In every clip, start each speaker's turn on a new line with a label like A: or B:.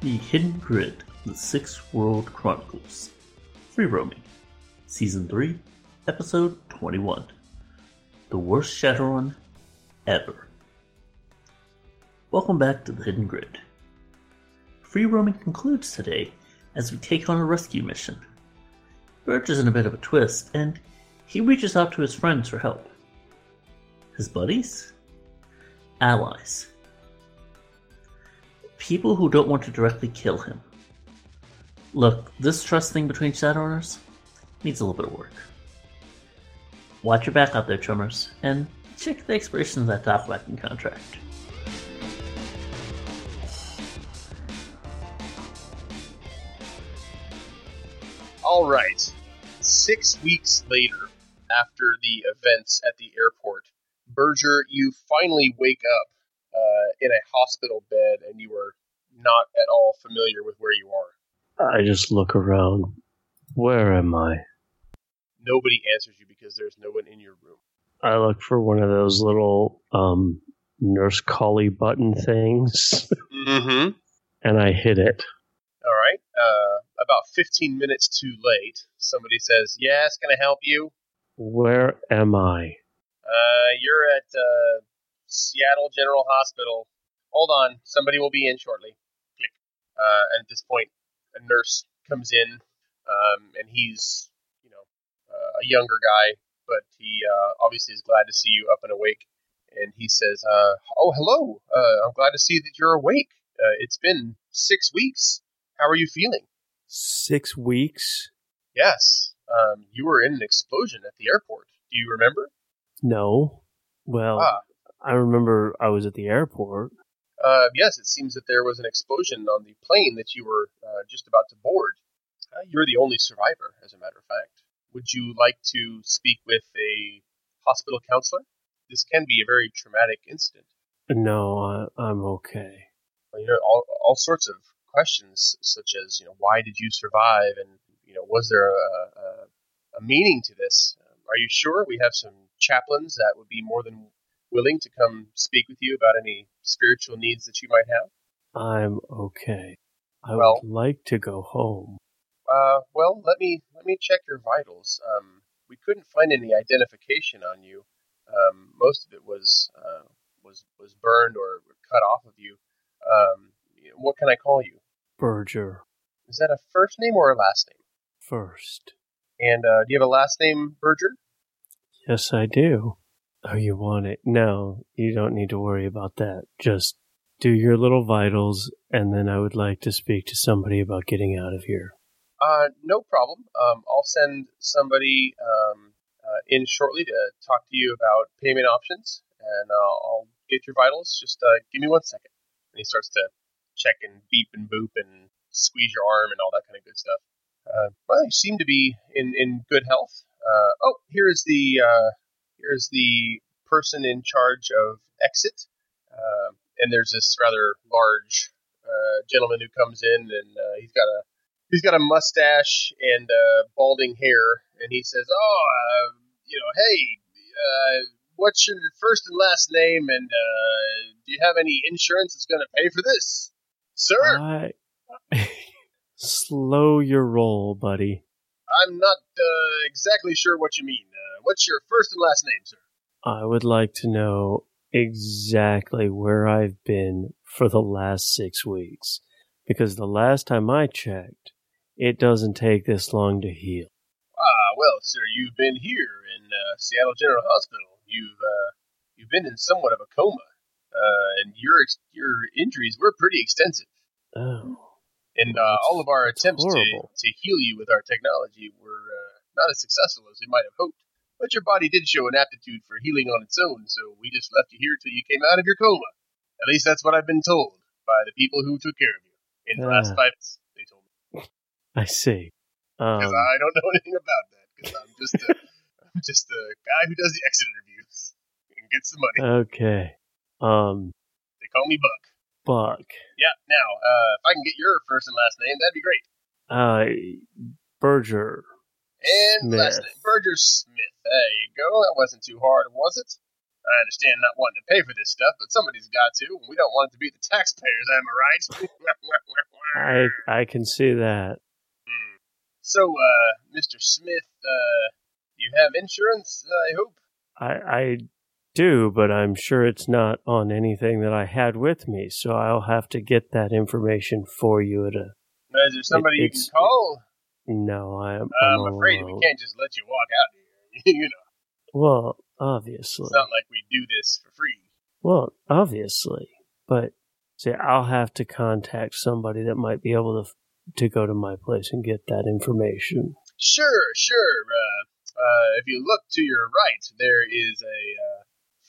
A: The Hidden Grid, The Six World Chronicles, Free Roaming, Season 3, Episode 21. The Worst Shadowrun Ever. Welcome back to The Hidden Grid. Free roaming concludes today as we take on a rescue mission. Birch is in a bit of a twist, and he reaches out to his friends for help. His buddies? Allies. People who don't want to directly kill him. Look, this trust thing between Shadowrunners needs a little bit of work. Watch your back out there, chummers, and check the expiration of that dock whacking contract.
B: All right. Six weeks later, after the events at the airport, Berger, you finally wake up uh, in a hospital bed, and you are not at all familiar with where you are.
C: I just look around. Where am I?
B: Nobody answers you because there's no one in your room.
C: I look for one of those little um, nurse collie button things,
B: Mm-hmm.
C: and I hit it.
B: All right. Uh, about 15 minutes too late, somebody says, "Yes, can I help you?"
C: Where am I?
B: Uh, you're at uh, Seattle General Hospital. Hold on, somebody will be in shortly. Click. Uh, and at this point, a nurse comes in, um, and he's you know uh, a younger guy, but he uh, obviously is glad to see you up and awake. And he says, uh, "Oh, hello. Uh, I'm glad to see that you're awake. Uh, it's been six weeks. How are you feeling?"
D: Six weeks?
B: Yes. Um, you were in an explosion at the airport. Do you remember?
D: No. Well,
B: Ah.
D: I remember I was at the airport.
B: Uh, yes, it seems that there was an explosion on the plane that you were uh, just about to board. Uh, you're the only survivor, as a matter of fact. Would you like to speak with a hospital counselor? This can be a very traumatic incident.
D: No, I, I'm okay.
B: Well, You know, all, all sorts of questions, such as, you know, why did you survive, and you know, was there a, a, a meaning to this? Um, are you sure? We have some chaplains that would be more than willing to come speak with you about any spiritual needs that you might have.
D: I'm okay. I
B: Well-
D: would like to go home.
B: Uh, well, let me let me check your vitals. Um, we couldn't find any identification on you. Um, most of it was uh, was was burned or cut off of you. Um, what can I call you?
D: Berger
B: Is that a first name or a last name?
D: first.
B: And uh, do you have a last name, Berger?
D: Yes, I do. Oh, you want it? No, you don't need to worry about that. Just do your little vitals, and then I would like to speak to somebody about getting out of here.
B: Uh, no problem. Um, I'll send somebody um, uh, in shortly to talk to you about payment options, and I'll, I'll get your vitals. Just uh, give me one second. And he starts to check and beep and boop and squeeze your arm and all that kind of good stuff. Uh, well, you seem to be in, in good health. Uh, oh, here is the uh, here is the person in charge of exit, uh, and there's this rather large uh, gentleman who comes in, and uh, he's got a he's got a mustache and uh, balding hair, and he says, "Oh, uh, you know, hey, uh, what's your first and last name, and uh, do you have any insurance that's going to pay for this, sir?"
D: I slow your roll, buddy.
B: I'm not uh, exactly sure what you mean. Uh, what's your first and last name, sir?
D: I would like to know exactly where I've been for the last six weeks. Because the last time I checked, it doesn't take this long to heal.
B: Ah, well, sir, you've been here in uh, Seattle General Hospital. You've uh, you've been in somewhat of a coma, uh, and your ex- your injuries were pretty extensive.
D: Oh.
B: And
D: Well,
B: uh,
D: that's-
B: all of our
D: that's
B: attempts to,
D: horrible.
B: to heal you with our technology were uh, not as successful as we might have hoped. But your body did show an aptitude for healing on its own, so we just left you here till you came out of your coma. At least that's what I've been told by the people who took care of you in the last
D: Ah.
B: five minutes. They told me
D: I see. Um,
B: because I don't know anything about that because I'm just a, I'm just a guy who does the exit interviews and gets the money.
D: okay. Um,
B: They call me Buck.
D: Buck.
B: Yeah. Now, uh, if I can get your first and last name, that'd be great.
D: Uh, Berger.
B: And last
D: Smith.
B: name, Berger Smith. There you go. That wasn't too hard, was it? I understand not wanting to pay for this stuff, but somebody's got to, and we don't want it to be the taxpayers, am I right?
D: I I can see that.
B: Hmm. so, uh, Mr. Smith, uh, you have insurance, I hope?
D: I I do, but I'm sure it's not on anything that I had with me, so I'll have to get that information for you at a
B: Uh, Is there somebody you can
D: it's-
B: call?
D: No, I am
B: Uh, I'm
D: I'm
B: afraid we
D: alone.
B: can't just let you walk out of here. you know,
D: Well, obviously.
B: it's not like we do this for free.
D: Well, obviously, but see, I'll have to contact somebody that might be able to to go to my place and get that information.
B: Sure, sure. Uh, uh, if you look to your right, there is a uh,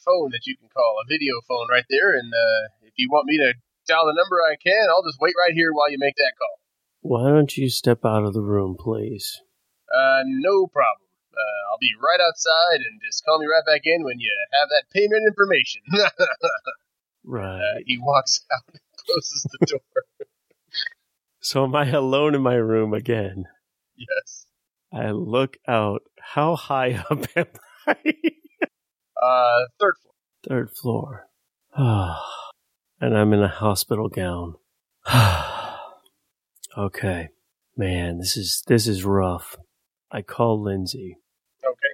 B: phone that you can call, a video phone right there. And uh, if you want me to dial the number, I can. I'll just wait right here while you make that call.
D: Why don't you step out of the room, please?
B: Uh, no problem. Uh, I'll be right outside and just call me right back in when you have that payment information. uh,
D: Right.
B: he walks out and closes the door.
D: So am I alone in my room again?
B: yes.
D: I look out. How high up am I?
B: Uh, third floor.
D: Third floor. and I'm in a hospital gown. okay. Man, this is this is rough. I call Lindsay.
B: Okay.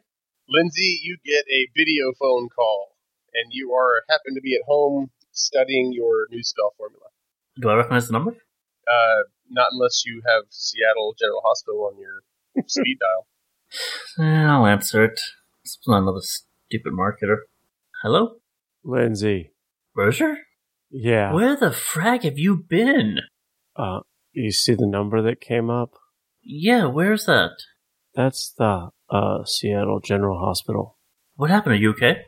B: Lindsay, you get a video phone call, and you are happen to be at home studying your new spell formula.
A: Do I recognize the number?
B: Uh, not unless you have Seattle General Hospital on your speed dial.
A: Eh, I'll answer it. It's not another stupid marketer. Hello?
D: Lindsay.
A: Berger?
D: Yeah.
A: Where the frag have you been?
D: Uh, you see the number that came up?
A: Yeah, where's that?
D: That's the uh, Seattle General Hospital.
A: What happened? Are you okay?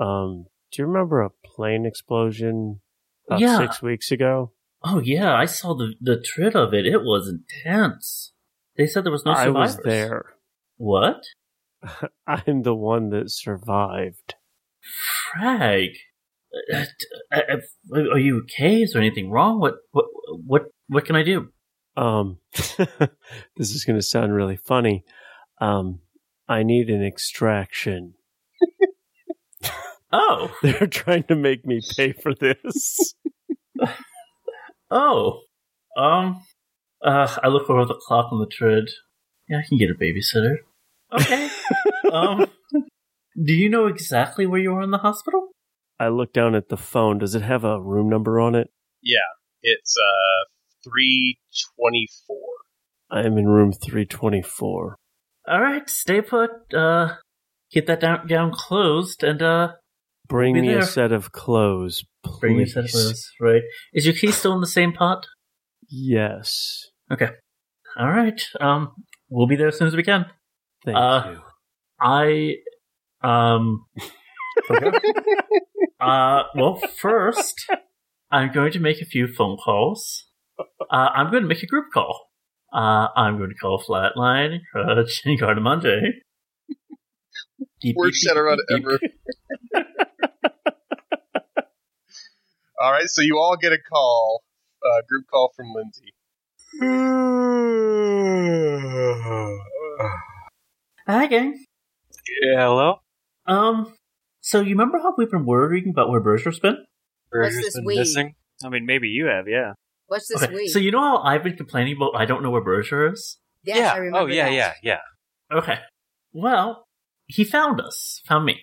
D: Um, do you remember a plane explosion about
A: Yeah.
D: six weeks ago?
A: Oh yeah, I saw the the trit of it. It was intense. They said there was no
D: I
A: survivors.
D: was there.
A: What?
D: I'm the one that survived.
A: Frag. Uh, uh, uh, Are you okay? Is there anything wrong? What what what what can I do?
D: Um, this is going to sound really funny. Um, I need an extraction.
A: Oh
D: They're trying to make me pay for this.
A: oh. Um. Uh, I look over the clock on the trid. Yeah, I can get a babysitter. Okay. um. Do you know exactly where you are in the hospital?
D: I look down at the phone. Does it have a room number on it?
B: Yeah, it's uh three twenty four.
D: I'm in room 324.
A: All right, stay put. Uh, get that down down closed and uh.
D: Bring
A: Be
D: me
A: there.
D: a set of clothes, please.
A: Bring you set of those, right? Is your key still in the same pot?
D: Yes.
A: All right. Um, we'll be there as soon as we can.
D: Thank
A: Uh,
D: you.
A: I, um, uh, well, first, I'm going to make a few phone calls. Uh, I'm going to make a group call. Uh, I'm going to call Flatline, Crutch, and Gardamonde. Deep,
B: Worst
A: deep, deep,
B: Shadowrun
A: deep,
B: ever.
A: deep.
B: All right, so you all get a call, uh, group call from Lindsay.
A: Hi, gang.
E: Yeah, hello?
A: Um, so you remember how we've been worrying about where Berger's been?
E: Burger's
F: this
E: been
F: weed?
E: missing? I mean, maybe you have, yeah.
F: What's this
A: Okay,
F: week?
A: so you know how I've been complaining about I don't know where Berger is?
F: yes,
E: yeah.
F: I remember
E: oh, yeah,
F: that.
E: yeah, yeah.
A: Okay. Well, he found us, found me.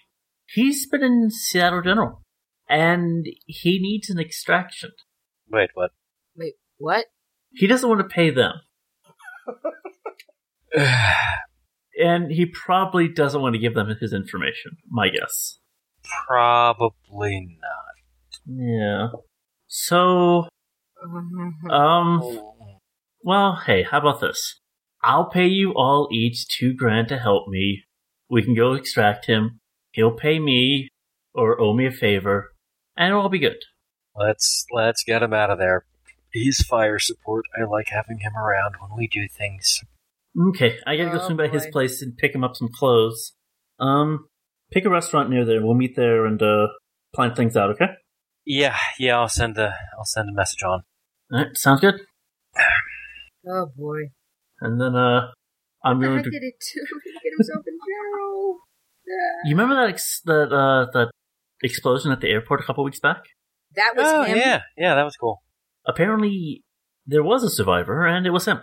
A: He's been in Seattle General, and he needs an extraction.
E: Wait, what?
F: Wait, what?
A: He doesn't want to pay them, and he probably doesn't want to give them his information, my guess.
E: Probably not.
A: Yeah. So, um, well, hey, how about this? I'll pay you all each two grand to help me. We can go extract him. He'll pay me, or owe me a favor, and it'll all be good.
E: Let's let's get him out of there. He's fire support. I like having him around when we do things.
A: Okay, I gotta go
F: Oh,
A: swing by his
F: boy.
A: place and pick him up some clothes. Um, pick a restaurant near there. We'll meet there and uh, plan things out. Okay.
E: Yeah, yeah. I'll send a I'll send a message on.
A: All right, sounds good.
F: oh boy,
A: And then uh, I'm
F: I
A: going to.
F: did it too. He hit himself in general.
A: You remember that ex- that uh, that explosion at the airport a couple weeks back?
F: That was
E: oh,
F: him.
E: yeah. Yeah, that was cool.
A: Apparently, there was a survivor, and it was him.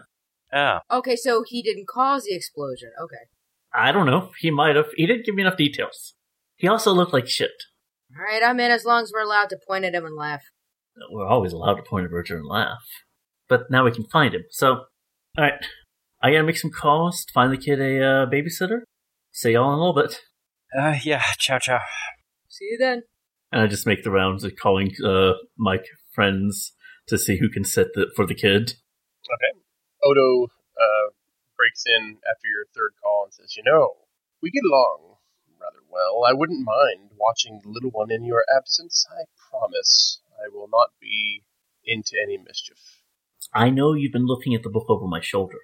E: Oh,
F: Okay, so he didn't cause the explosion. Okay.
A: I don't know. He might have. He didn't give me enough details. He also looked like shit.
F: All right, I'm in as long as we're allowed to point at him and laugh.
A: We're always allowed to point at Roger and laugh. But now we can find him. So, alright. I gotta make some calls, find the kid a uh, babysitter. See y'all in a little bit.
E: uh, yeah. Ciao, ciao.
F: See you then.
A: And I just make the rounds of calling uh, my friends to see who can sit the, for the kid.
B: Odo uh, breaks in after your third call and says, You know, we get along rather well. I wouldn't mind watching the little one in your absence. I promise I will not be into any mischief.
A: I know you've been looking at the book over my shoulder.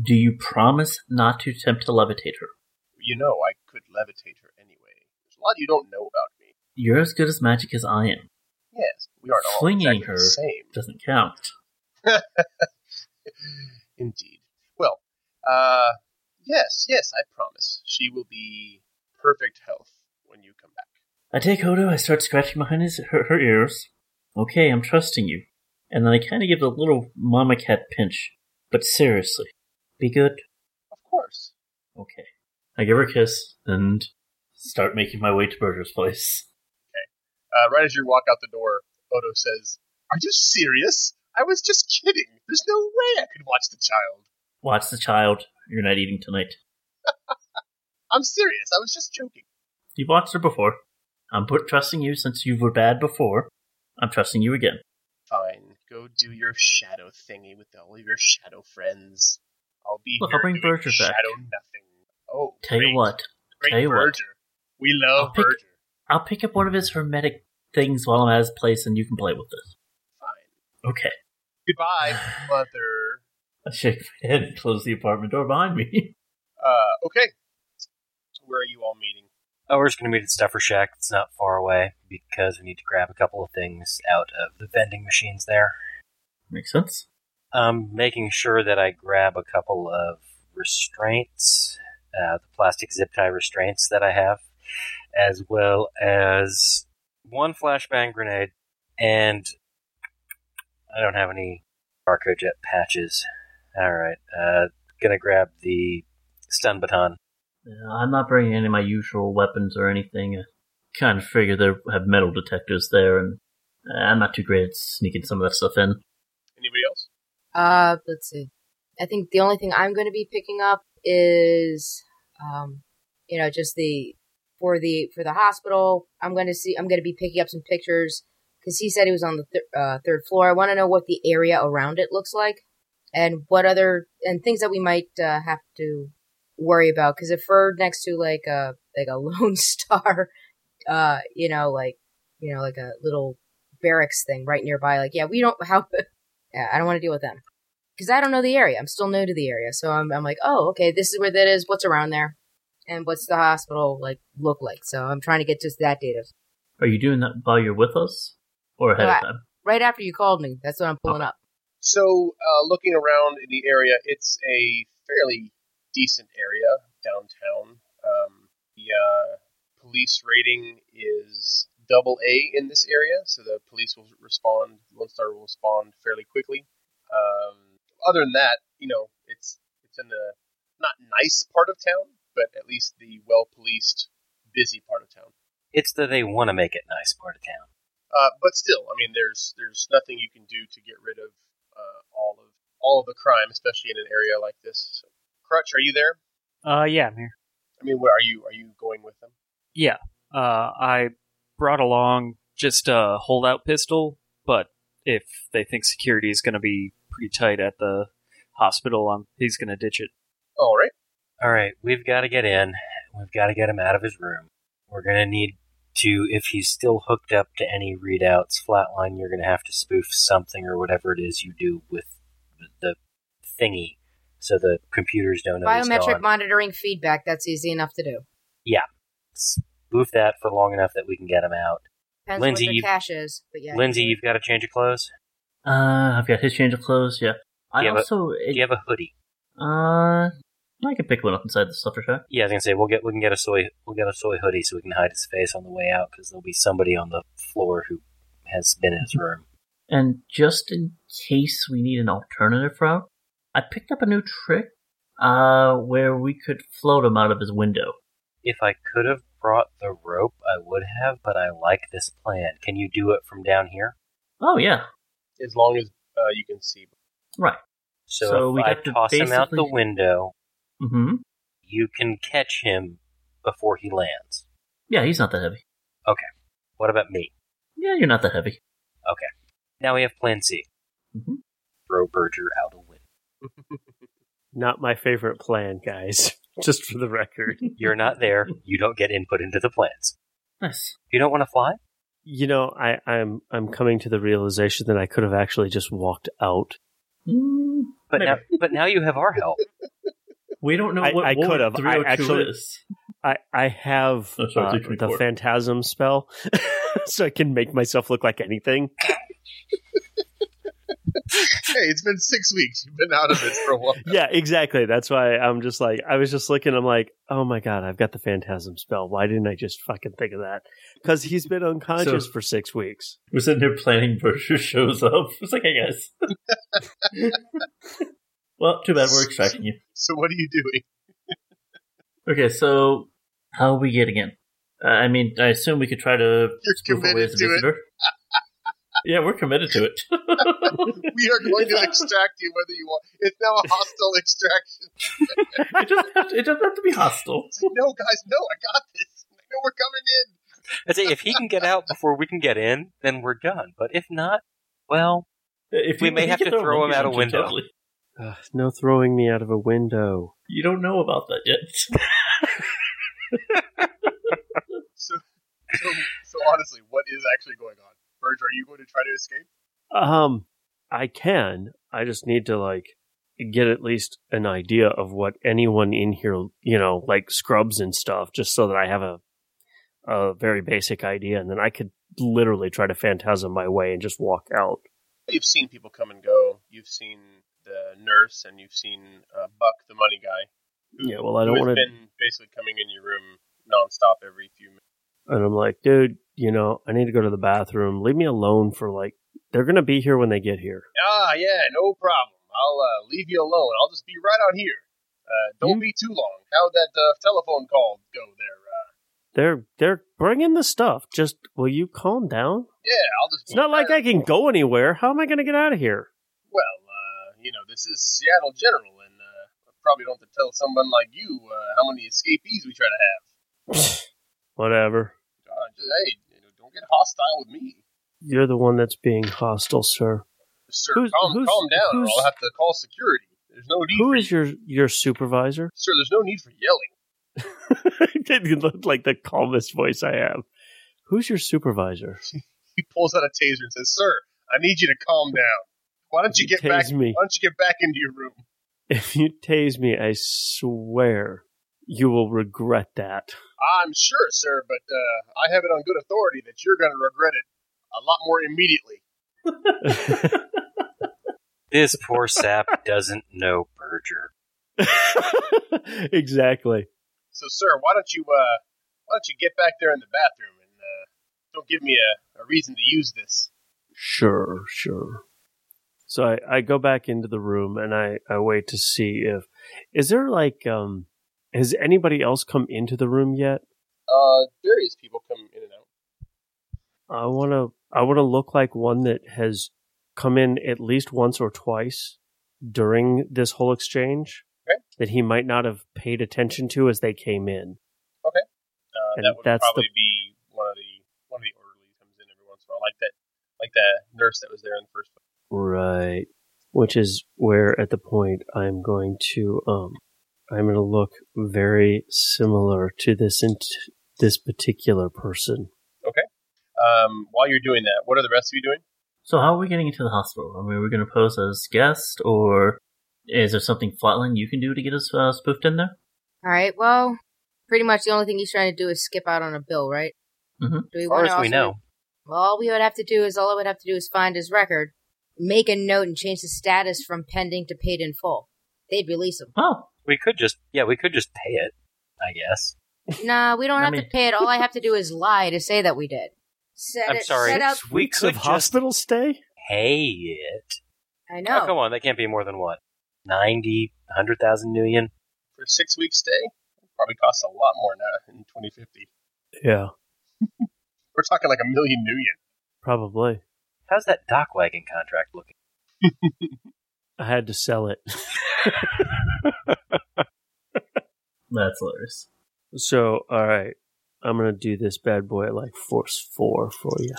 A: Do you promise not to attempt to levitate her?
B: You know, I could levitate her anyway. There's a lot you don't know about me.
A: You're as good as magic as I am.
B: Yes, we aren't all
A: Flinging
B: exactly
A: her
B: the same.
A: Doesn't count.
B: Indeed. Well, uh, yes, yes, I promise. She will be perfect health when you come back.
A: I take Odo, I start scratching behind his, her, her ears. Okay, I'm trusting you. And then I kind of give the little mama cat pinch. But seriously, be good.
B: Of course.
A: Okay. I give her a kiss and start making my way to Berger's place.
B: Uh, right as you walk out the door, Odo says, Are you serious? I was just kidding. There's no way I could watch the child.
A: Watch the child. You're not eating tonight.
B: I'm serious. I was just joking.
A: You've watched her before. I'm put trusting you since you were bad before. I'm trusting you again.
B: Fine. Go do your shadow thingy with all of your shadow friends. I'll be
A: Look,
B: here
A: I'll bring
B: doing
A: Berger back.
B: shadow nothing. Oh,
A: Tell
B: great.
A: you what,
B: Great
A: tell you what.
B: Berger. We love
A: I'll pick-
B: Berger.
A: I'll pick up one of his hermetic things while I'm at his place and you can play with it.
B: Fine.
A: Okay.
B: Goodbye, mother.
A: I shake my head and close the apartment door behind me.
B: Uh, okay. Where are you all meeting?
E: Oh, we're just going to meet at Stuffer Shack. It's not far away because we need to grab a couple of things out of the vending machines there.
A: Makes sense.
E: I'm Um, making sure that I grab a couple of restraints, uh, the plastic zip tie restraints that I have, as well as one flashbang grenade, and I don't have any barcode jet patches. All right, uh, gonna grab the stun baton.
A: Yeah, I'm not bringing any of my usual weapons or anything. I kind of figure they have metal detectors there, and uh, I'm not too great at sneaking some of that stuff in.
B: Anybody else?
F: Uh, let's see. I think the only thing I'm going to be picking up is, um, you know, just the for the for the hospital. I'm going to see. I'm going to be picking up some pictures because he said he was on the th- uh, third floor. I want to know what the area around it looks like and what other and things that we might uh, have to worry about. Because if we're next to like a like a Lone Star, uh, you know, like you know, like a little barracks thing right nearby, like yeah, we don't how yeah, I don't want to deal with them because I don't know the area. I'm still new to the area, so I'm, I'm like, oh, okay, this is where that is. What's around there, and what's the hospital like look like? So I'm trying to get just that data
A: Are you doing that while you're with us, or ahead
F: Right.
A: of time?
F: right after you called me. That's what I'm pulling up.
B: So, uh, looking around in the area, it's a fairly decent area downtown. Um, the uh, police rating is double A in this area, so the police will respond. Lone Star will respond fairly quickly. Um, other than that, you know, it's it's in the not nice part of town, but at least the well policed, busy part of town.
E: It's the they want to make it nice part of town.
B: Uh, but still, I mean, there's there's nothing you can do to get rid of uh, all of all of the crime, especially in an area like this. So, Crutch, are you there?
G: Uh, yeah, I'm here.
B: I mean, what are you are you going with them?
G: Yeah. Uh, I brought along just a holdout pistol, but if they think security is going to be pretty tight at the hospital, I'm, he's going to ditch it.
B: All right.
E: All right, we've got to get in. We've got to get him out of his room. We're going to need to, if he's still hooked up to any readouts, flatline, you're going to have to spoof something or whatever it is you do with the thingy so the computers don't know Oh, he's
F: Biometric
E: gone.
F: monitoring feedback. That's easy enough to do.
E: spoof that for long enough that we can get him out.
F: Depends
E: Lindsay,
F: what
E: you-
F: the cash is, but yeah.
E: Lindsay, you've got a change of clothes?
A: Uh, I've got his change of clothes. Yeah. I
E: Yeah, but-
A: also.
E: Do you have a hoodie?
A: uh, I can pick one up inside the stuffer shack.
E: Yeah, I was gonna say we'll get we can get a soy we'll get a soy hoodie so we can hide his face on the way out because there'll be somebody on the floor who has been in his room.
A: And just in case we need an alternative route, I picked up a new trick uh, where we could float him out of his window.
E: If I could have brought the rope, I would have, but I like this plan. Can you do it from down here?
A: Oh, yeah.
B: as long as uh, you can see.
A: Right.
E: So,
A: So
E: if
A: we'd
E: I
A: have to
E: toss him out the
A: basically-
E: window,
A: hmm.
E: you can catch him before he lands.
A: Yeah, he's not that heavy.
E: What about me?
A: Yeah, you're not that heavy.
E: Now we have plan C.
A: Mhm.
E: Throw Berger out a window.
D: Not my favorite plan, guys. Just for the record.
E: You're not there. You don't get input into the plans.
A: Nice.
E: You don't want to fly?
D: You know, I, I'm I'm coming to the realization that I could have actually just walked out.
A: Mm,
E: But
A: Maybe.
E: now, but now you have our help.
A: we don't know
D: I-
A: what
D: I
A: Ward
D: could've. I
A: 302
D: actually-
A: is.
D: I, I have
A: That's right,
D: uh,
A: take me
D: the
A: for it.
D: phantasm spell, so I can make myself look like anything.
B: Hey, it's been six weeks. You've been out of it for a while.
D: Yeah, exactly. That's why I'm just like I was just looking. I'm like, oh my god, I've got the phantasm spell. Why didn't I just fucking think of that? Because he's been unconscious
A: So-
D: for six weeks.
A: We're sitting here planning. Berger shows up. It's like, I guess. well, too bad we're expecting you.
B: So what are you doing?
A: Okay, so how are we getting in? Uh, I mean, I assume we could try to
B: You're
A: spoof away
B: committed
A: as a
B: to it.
A: visitor. yeah, we're committed to it.
B: We are going to extract you whether you want. It's now a hostile extraction.
A: it, doesn't have to, it doesn't have to be hostile.
B: It's like, no, guys, no, I got this. I know we're coming in.
E: I'd say if he can get out before we can get in, then we're done. But if not, well,
A: If
E: We
A: you-
E: may
A: if you
E: have
A: could
E: to throw him
A: monkey
E: out a
A: wrench,
E: window.
A: totally.
D: Ugh, no throwing me out of a window.
A: You don't know about that yet.
B: So, so, so honestly, what is actually going on? Burge, are you going to try to escape?
D: Um, I can. I just need to like get at least an idea of what anyone in here, you know, like scrubs and stuff, just so that I have a a very basic idea, and then I could literally try to phantasm my way and just walk out.
B: You've seen people come and go. You've seen the nurse, and you've seen uh, Buck, the money guy. who-
D: Yeah, well, I
B: who
D: don't
B: has
D: wanna-
B: been basically coming in your room nonstop every few minutes.
D: And I'm like, dude, you know, I need to go to the bathroom. Leave me alone for like, they're going to be here when they get here.
B: Ah, yeah, no problem. I'll uh, leave you alone. I'll just be right out here. Uh, don't be too long. How'd that uh, telephone call go there? Uh,
D: They're, they're bringing the stuff. Just, will you calm down?
B: yeah, I'll just.
D: It's not like I can go anywhere. How am I going to get out of here?
B: Well, uh, you know, this is Seattle General, and uh, I probably don't have to tell someone like you uh, how many escapees we try to have.
D: Whatever.
B: Uh, just, hey, you know, don't get hostile with me.
D: You're the one that's being hostile, sir.
B: Sir,
D: Who's-
B: calm,
D: who's-
B: calm down, or
D: who's-
B: I'll have to call security. There's no need
D: Who
B: for
D: is your, your supervisor?
B: sir. There's no need for yelling.
D: it looked like the calmest voice I have. Who's your supervisor?
B: He pulls out a taser and says, "Sir, I need you to calm down. Why don't you get
D: If you
B: back?
D: tase me.
B: Why don't you get back into your room?"
D: If you tase me, I swear you will regret that.
B: I'm sure, sir, but uh, I have it on good authority that you're going to regret it a lot more immediately.
E: this poor sap doesn't know Berger.
D: exactly.
B: So, sir, why don't you uh, why don't you get back there in the bathroom and uh, don't give me a, a reason to use this?
D: Sure, sure. So I, I go back into the room and I, I wait to see if is there like um has anybody else come into the room yet?
B: Uh, various people come in and out.
D: I wanna I wanna look like one that has come in at least once or twice during this whole exchange
B: Okay.
D: that he might not have paid attention to as they came in.
B: Uh,
D: And
B: that would
D: that's the-
B: probably be one of the one of the orderlies comes in every once in a while, like that, like that nurse that was there in the first place.
D: Right. Which is where at the point I'm going to um I'm going to look very similar to this in this particular person.
B: Um, while you're doing that, what are the rest of you doing?
A: So how are we getting into the hospital? I mean, are we going to pose as guest, or is there something flatline you can do to get us uh, spoofed in there?
F: All right. Well, pretty much the only thing he's trying to do is skip out on a bill, right?
A: Mhm.
F: Do we
E: As far
F: wanna
E: as we
F: also-
E: know,
F: Well, all we would have to do is all I would have to do is find his record, make a note, and change the status from pending to paid in full. They'd release him.
A: Oh,
E: We could just, yeah, we could just pay it, I guess.
F: Nah, we don't
A: I
F: have
A: mean-
F: to pay it. All I have to do is lie to say that we did. Set
E: I'm
F: it,
E: sorry.
F: Set up.
E: We
D: Weeks
E: could
D: of
E: just-
D: hospital stay?
E: Pay it.
F: I know.
E: Oh, come on, that can't be more than what? 90, 100,000 million?
B: For six weeks stay, probably costs a lot more now in 2050.
D: Yeah,
B: We're talking like a million million.
D: probably.
E: How's that dock wagon contract looking?
D: I had to sell it.
A: That's hilarious.
D: So, all right. I'm going to do this bad boy at like force four for you.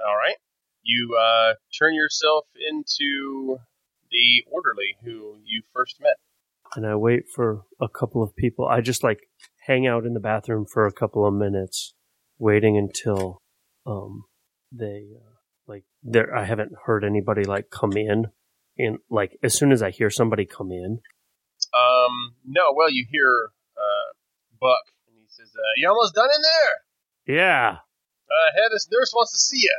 B: All right. You uh, turn yourself into the orderly who you first met.
D: And I wait for a couple of people. I just like hang out in the bathroom for a couple of minutes, waiting until um, they, uh, like, there. I haven't heard anybody like come in. And like, as soon as I hear somebody come in,
B: Um, no, well, you hear uh, Buck, and he says, uh, You almost done in there?
D: yeah.
B: Uh, head is- nurse wants to see you.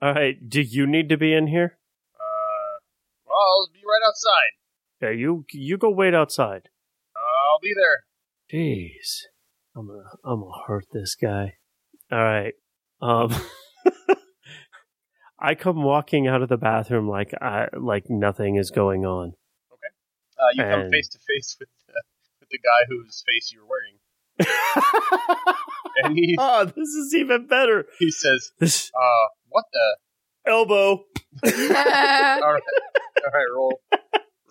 D: All right. Do you need to be in here?
B: Uh, well, I'll be right outside.
D: Yeah, you you go wait outside.
B: I'll be there.
D: Jeez, I'm gonna I'm gonna hurt this guy. All right. Um, I come walking out of the bathroom like I like nothing is going on.
B: Uh, you come
D: And-
B: face to face with uh, with the guy whose face you're wearing, and he
D: oh, this is even better.
B: he says,
D: This
B: "Uh, what the?
D: elbow.
B: All right, all right, roll,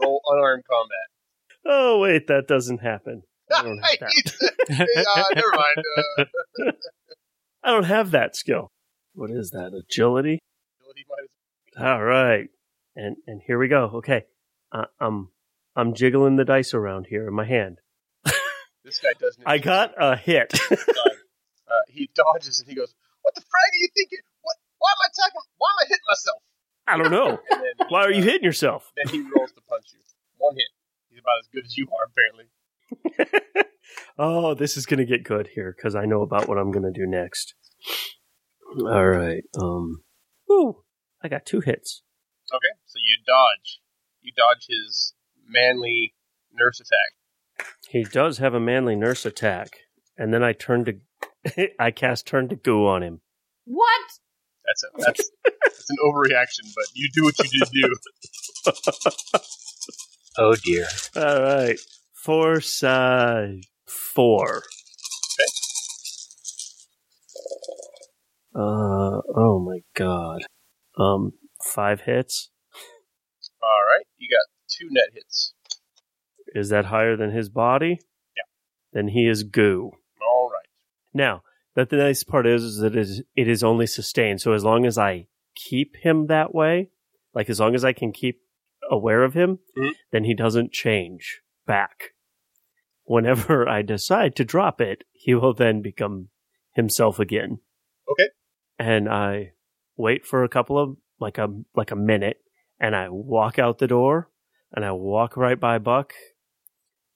B: roll unarmed combat.
D: Oh wait, that doesn't happen. I don't have that.
B: uh, never mind. Uh,
D: I don't have that skill. What is that? Agility.
B: ability might as-
D: All right, and and here we go. Okay, I, I'm I'm jiggling the dice around here in my hand.
B: this guy doesn't.
D: I got a hit.
B: Uh, he dodges and he goes, "What the frag are you thinking? What? Why am I attacking? Why am I hitting myself?"
D: I don't know.
B: And then,
D: Why are you
B: uh,
D: hitting yourself?
B: Then he rolls to punch you. One hit. He's about as good as you are, apparently.
D: oh, this is going to get good here because I know about what I'm going to do next. All right. Um. Ooh, I got two hits.
B: Okay, so you dodge. You dodge his manly nurse attack.
D: He does have a manly nurse attack, and then I turn to, I cast turn to goo on him.
F: what?
B: That's a, that's that's an overreaction, but you do what you did do.
E: Oh dear.
D: All right. Force uh, four. Uh oh my god. Um five hits.
B: All right, you got two net hits.
D: Is that higher than his body?
B: Yeah.
D: Then he is goo.
B: All right,
D: Now, that the nice part is, is that it is, it is only sustained. So as long as I keep him that way, like as long as I can keep aware of him,
B: Mhm.
D: then he doesn't change back. Whenever I decide to drop it, he will then become himself again.
B: Okay.
D: And I wait for a couple of like a like a minute and I walk out the door and I walk right by Buck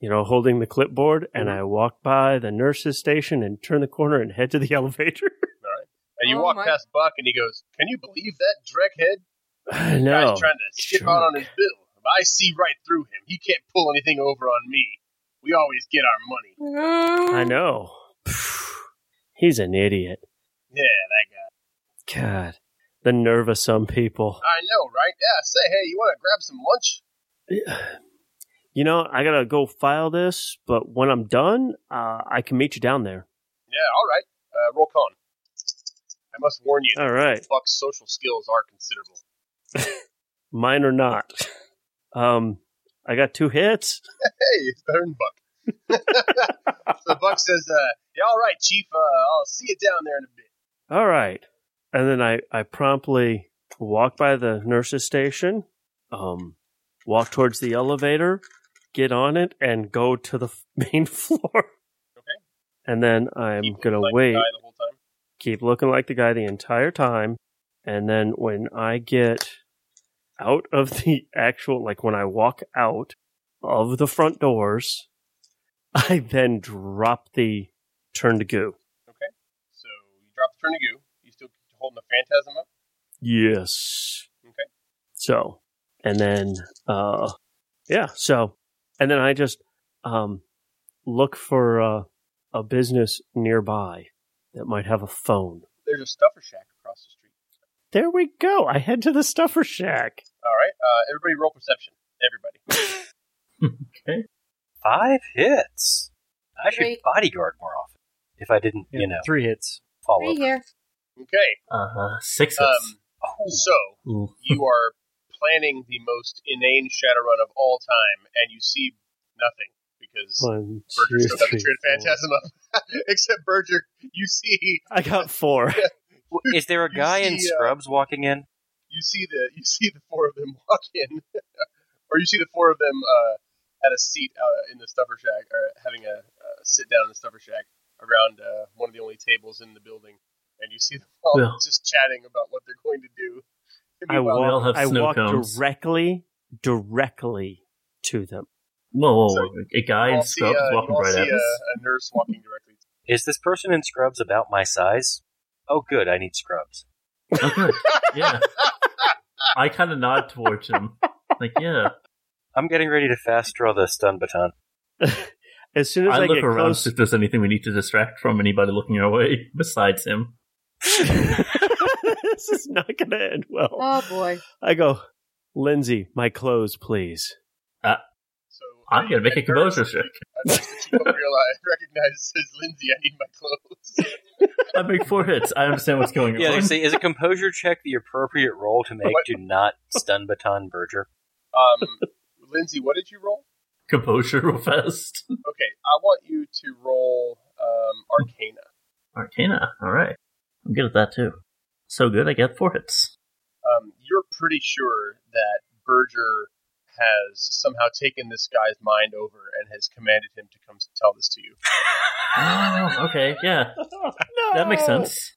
D: you know, holding the clipboard, and
B: Mm-hmm.
D: I walk by the nurse's station and turn the corner and head to the elevator.
B: and you
F: Oh
B: walk
F: my-
B: past Buck, and he goes, "Can you believe that dreckhead
D: no,
B: guy's trying to skip out on his bill? I see right through him. He can't pull anything over on me. We always get our money."
D: I know. He's an idiot.
B: Yeah, that guy.
D: God, the nerve of some people.
B: I know, right? Yeah. Say, hey, you want to grab some lunch?
D: You know, I gotta go file this, but when I'm done, uh, I can meet you down there.
B: Yeah. All right. Uh, roll con. I must warn you.
D: All right,
B: Buck's social skills are considerable.
D: mine or not. Um, I got two hits.
B: hey, it's better than Buck. so Buck says, uh, yeah, all right, Chief, uh, I'll see you down there in a bit.
D: All right, and then I I promptly walk by the nurse's station, um, walk towards the elevator, get on it, and go to the f- main floor.
B: Okay.
D: And then I'm
B: Keep
D: gonna
B: like the
D: wait,
B: guy the whole time.
D: keep looking like the guy the entire time, and then when I get out of the actual, like when I walk out of the front doors, I then drop the turn to goo.
B: So you drop the Trinigoo. You still holding the Phantasm up?
D: Yes.
B: Okay.
D: So, and then, uh, yeah. So, and then I just, um, look for, uh, a business nearby that might have a phone.
B: There's a stuffer shack across the street.
D: There we go. I head to the stuffer shack.
B: All right. Uh, everybody roll perception. Everybody.
A: okay.
E: Five hits. I should
F: Three.
E: bodyguard more often. If I didn't, you know,
G: three hits.
E: fall
F: Right
E: over.
F: here.
B: Okay.
A: Uh, six hits.
B: Um, so
A: Ooh.
B: you are planning the most inane Shadowrun of all time, and you see nothing because
D: One, two,
B: Berger still got the
D: three,
B: Trade
D: four.
B: Phantasm up. Except Berger, you see
D: I got four.
E: Is there a
B: You
E: guy in
B: see, uh,
E: scrubs walking in?
B: you see the you see the four of them walk in, or you see the four of them uh, at a seat uh, in the stuffer shack, or having a uh, sit down in the stuffer shack around uh, one of the only tables in the building, and you see them all
A: Well.
B: just chatting about what they're going to do. And
D: I
B: meanwhile,
A: We all have
D: walk, I
A: snow
D: walk
A: cones.
D: directly, directly to them.
A: Whoa, whoa,
B: So
A: whoa. a guy
B: you all
A: in
B: see,
A: scrubs
B: uh,
A: walking
B: you all
A: right
B: see
A: at us.
B: a, a nurse walking directly. to
E: Is this person in scrubs about my size? Oh, good. I need scrubs.
A: Oh, good. Yeah. I kind of nod towards him. Like, yeah.
E: I'm getting ready to fast draw the stun baton.
D: As soon as
A: I
D: I,
A: look
D: get
A: around
D: close,
A: if there's anything we need to distract from anybody looking our way besides him.
D: this is not going to end well.
F: Oh boy.
D: I go, Lindsay, my clothes, please.
B: So
A: I'm gonna make a
B: at
A: composure
B: first,
A: check.
B: At first, you don't realize, recognize as Lindsay. I need my clothes.
A: I make four hits. I understand what's going
E: Yeah,
A: on.
E: they say, is a composure check the appropriate role to make
B: What?
E: to not stun baton Berger?
B: Um, Lindsay, what did you roll?
A: Composure real fast.
B: Okay, I want you to roll um, Arcana.
A: Arcana. All right. I'm good at that too. So good, I get four hits.
B: um, you're pretty sure that Berger has somehow taken this guy's mind over and has commanded him to come s- tell this to you.
A: Oh, okay. Yeah. That makes sense.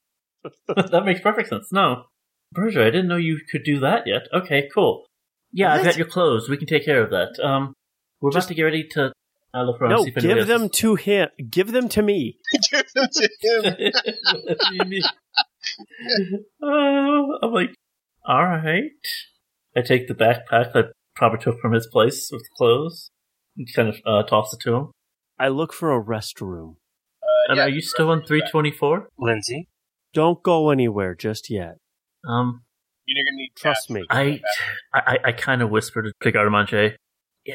A: that makes perfect sense. No. Berger, I didn't know you could do that yet. Okay, cool. Yeah, I've
D: What?
A: got your clothes. We can take care of that. Um, we're about to get ready to. I look around.
D: No,
A: see if anybody
D: give
A: else
D: them
A: is-
D: to him. Give them to me.
B: Give them to him.
A: Whatever you need. Uh, I'm like, all right. I take the backpack I probably took from his place with clothes and kind of uh, toss it to him.
D: I look for a restroom.
B: Uh,
A: And
B: yeah,
A: are you
B: the
A: still on
B: rest of you back.
A: 324?
E: Lindsay?
D: Don't go anywhere just yet.
A: Um,
B: You're gonna need
D: Trust
B: cash
D: me.
B: for that
A: I,
B: back.
A: I, I, I kind of whispered to Gardamanche, yeah,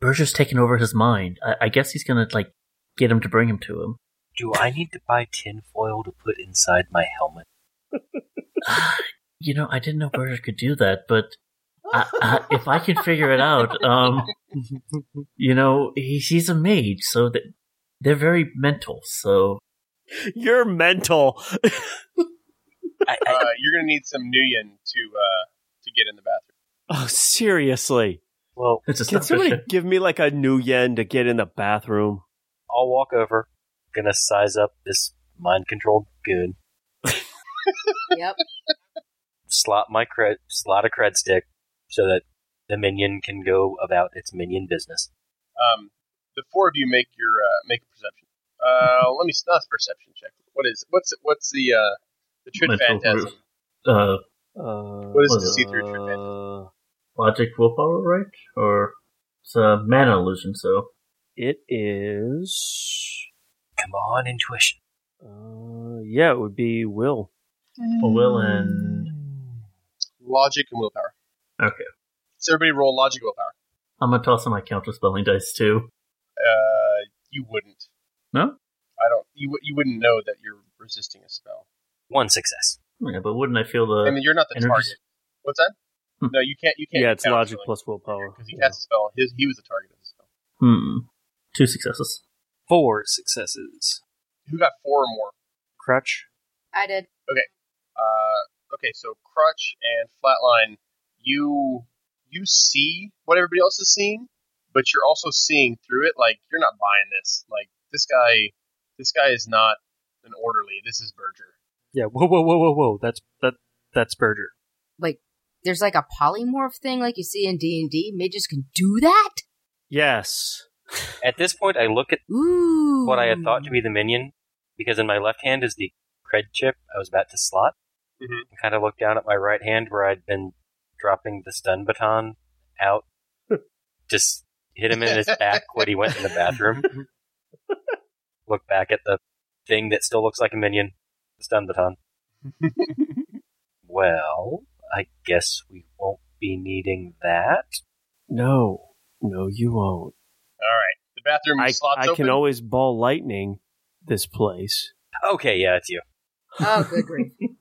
A: Berger's taking over his mind. I, I guess he's gonna like get him to bring him to him.
E: Do I need to buy tinfoil to put inside my helmet?
A: you know, I didn't know Berger could do that, but I, I, if I can figure it out, um, you know, he, he's a mage, so that they're very mental. So
D: You're mental.
E: I, I,
B: Uh, you're gonna need some Nuyen to uh, to get in the bathroom.
D: Oh, seriously.
E: well,
A: it's just
D: Can somebody give me like a new yen to get in the bathroom?
E: I'll walk over. Gonna size up this mind controlled goon.
F: Yep.
E: Slot my cred, slot a cred stick so that the minion can go about its minion business.
B: Um, the four of you make your uh, make a perception. Uh, let me that's perception check. What is what's what's the uh, the trid
A: Mental
B: phantasm?
A: proof. uh,
D: Uh,
B: What is
A: it
B: to see through a trip
D: uh,
A: logic, willpower, right? Or it's a mana illusion. So
D: It is.
E: Come on, intuition.
D: Uh, yeah, it would be Will.
A: a will and
B: Logic and willpower.
A: Okay.
B: So everybody roll logic and willpower.
A: I'm gonna toss in my counter spelling dice too.
B: Uh, you wouldn't.
A: No?
B: I don't. You wou- you wouldn't know that you're resisting a spell.
E: One success.
A: Yeah, but wouldn't I feel
B: I
A: the?
B: mean, you're not the
A: Uh, energy-
B: target. What's that?
A: Hmm.
B: No, you can't. You can't.
D: Yeah, it's logic plus willpower.
B: because he
D: Yeah.
B: cast a spell. His, he was the target of the spell.
A: Hmm. Two successes.
G: Four successes.
B: Who got four or more?
G: Crutch.
F: I did.
B: Uh, okay, so crutch and flatline. You you see what everybody else is seeing, but you're also seeing through it. Like you're not buying this. Like this guy, this guy is not an orderly. This is Berger.
G: Yeah. Whoa, whoa, whoa, whoa, whoa. That's that. That's Berger.
F: There's like a polymorph thing like you see in D and D. Midges can do that?
D: Yes.
E: At this point, I look at
F: Ooh.
E: what I had thought to be the minion because in my left hand is the cred chip I was about to slot.
B: Mhm.
E: I kind of looked down at my right hand where I'd been dropping the stun baton out. Just hit him in his back when he went in the bathroom. Look back at the thing that still looks like a minion. The stun baton. well, I guess we won't be needing that.
D: No, no, you won't.
B: All right. The bathroom
D: I,
B: slot's
D: I
B: open.
D: can always ball lightning this place.
E: Okay, yeah, it's you.
F: Oh, good grief.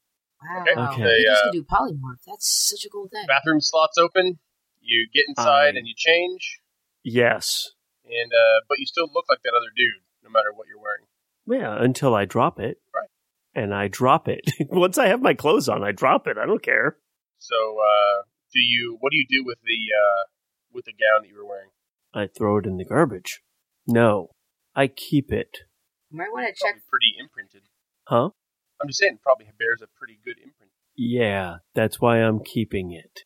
F: Wow.
D: Okay.
F: You just
B: They,
F: can do polymorph. That's such a cool thing.
B: bathroom slot's open. You get inside
D: Um,
B: and you change,
D: Yes.
B: and uh, but you still look like that other dude, no matter what you're wearing.
D: Yeah, until I drop it.
B: Right.
D: And I drop it. Once I have my clothes on, I drop it. I don't care.
B: So, uh, do you? What do you do with the uh, with the gown that you were wearing?
D: I throw it in the garbage. No, I keep it.
F: You might want to check.
B: Probably pretty imprinted.
D: Huh?
B: I'm just saying, probably bears a pretty good imprint.
D: Yeah, that's why I'm keeping it.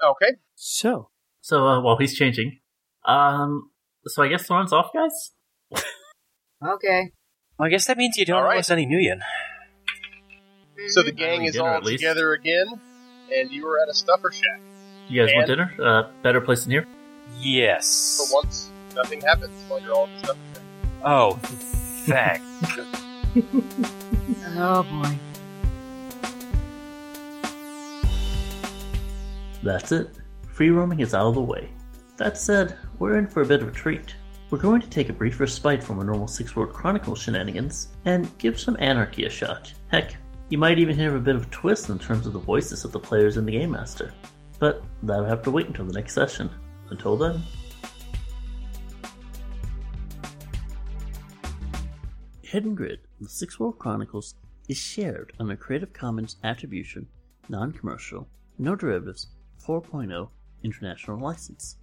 B: Okay.
D: So,
A: So uh, while he's changing, um, so I guess Thorn's off, guys.
F: Okay.
E: Well, I guess that means you don't
B: All right.
E: owe us any Nuyen.
B: So the
F: Mhm.
B: gang
A: Early
B: is
A: dinner,
B: all
A: at least.
B: together again, and you are at a stuffer shack.
A: You guys want
B: And-
A: dinner? Uh, better place than here.
B: For
E: Yes.
B: once, nothing happens while you're all at the stuffer shack.
E: Oh, thanks.
F: Oh, boy.
A: That's it. Free roaming is out of the way. That said, we're in for a bit of a treat. We're going to take a brief respite from our normal Six World Chronicle shenanigans and give some anarchy a shot. Heck, you might even hear a bit of a twist in terms of the voices of the players in the Game Master. But that'll have to wait until the next session. Until then. Hidden Grid, The Six World Chronicles, is shared under Creative Commons Attribution, Non Commercial, No Derivatives 4.0 International License.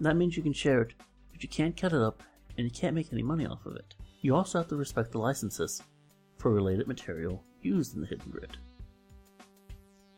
A: That means you can share it, but you can't cut it up and you can't make any money off of it. You also have to respect the licenses for related material used in the Hidden Grid.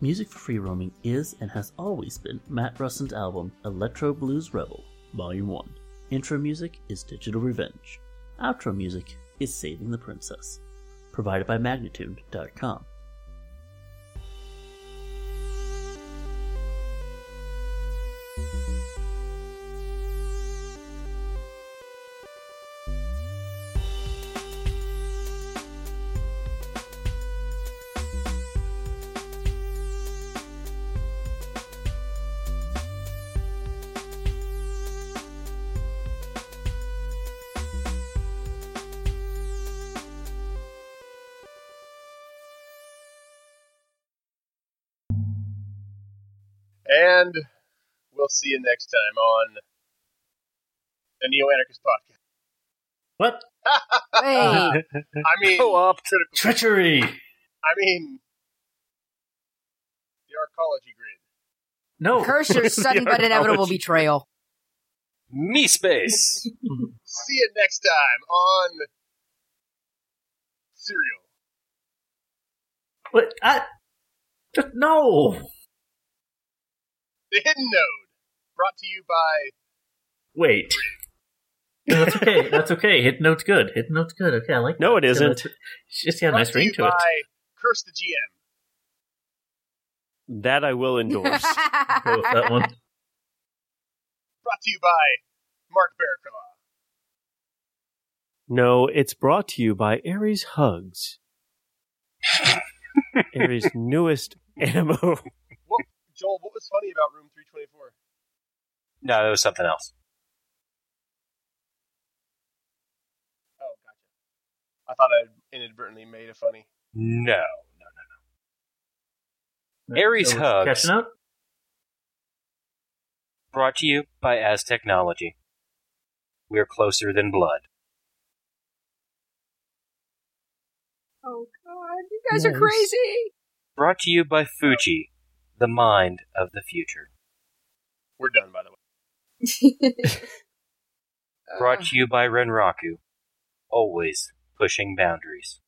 A: Music for Free Roaming is and has always been Matt Russin's album Electro Blues Rebel, Volume 1. Intro music is Digital Revenge. Outro music is Saving the Princess. Provided by Magnitude.com.
B: And we'll see you next time on the Neo Anarchist Podcast.
A: What?
F: Oh, Wait.
B: I mean,
E: Co-op.
B: critical.
A: Treachery!
B: I mean, the arcology grid.
A: No!
F: Curse your sudden but inevitable betrayal.
E: Me space.
B: See you next time on Serial.
A: What? I, no!
B: The Hidden Node, brought to you by.
A: Wait. No, that's okay. That's okay. Hit note's good. Hit note's good. Okay, I like.
D: No,
A: that.
D: it
A: It's got a
D: isn't.
A: nice- It's just got a
B: brought
A: nice
B: to
A: ring
B: you
A: to it.
B: by Curse the GM.
D: that I will endorse.
A: Go with that one.
B: Brought to you by Mark Barakaw.
D: no, it's brought to you by Aries Hugs, Aries' newest ammo.
B: Joel, what was funny about Room 324?
E: no, that was something else.
B: Oh, gotcha. I thought I inadvertently made a funny.
E: No, no, no, no. Aries
A: So,
E: Hugs
A: Catching up.
E: brought to you by As Technology. We're closer than blood.
F: Oh, God. You guys are
D: Nice.
F: crazy.
E: Brought to you by Fuji, the mind of the future.
B: We're done, by the way.
E: Brought to you by Renraku. Always pushing boundaries.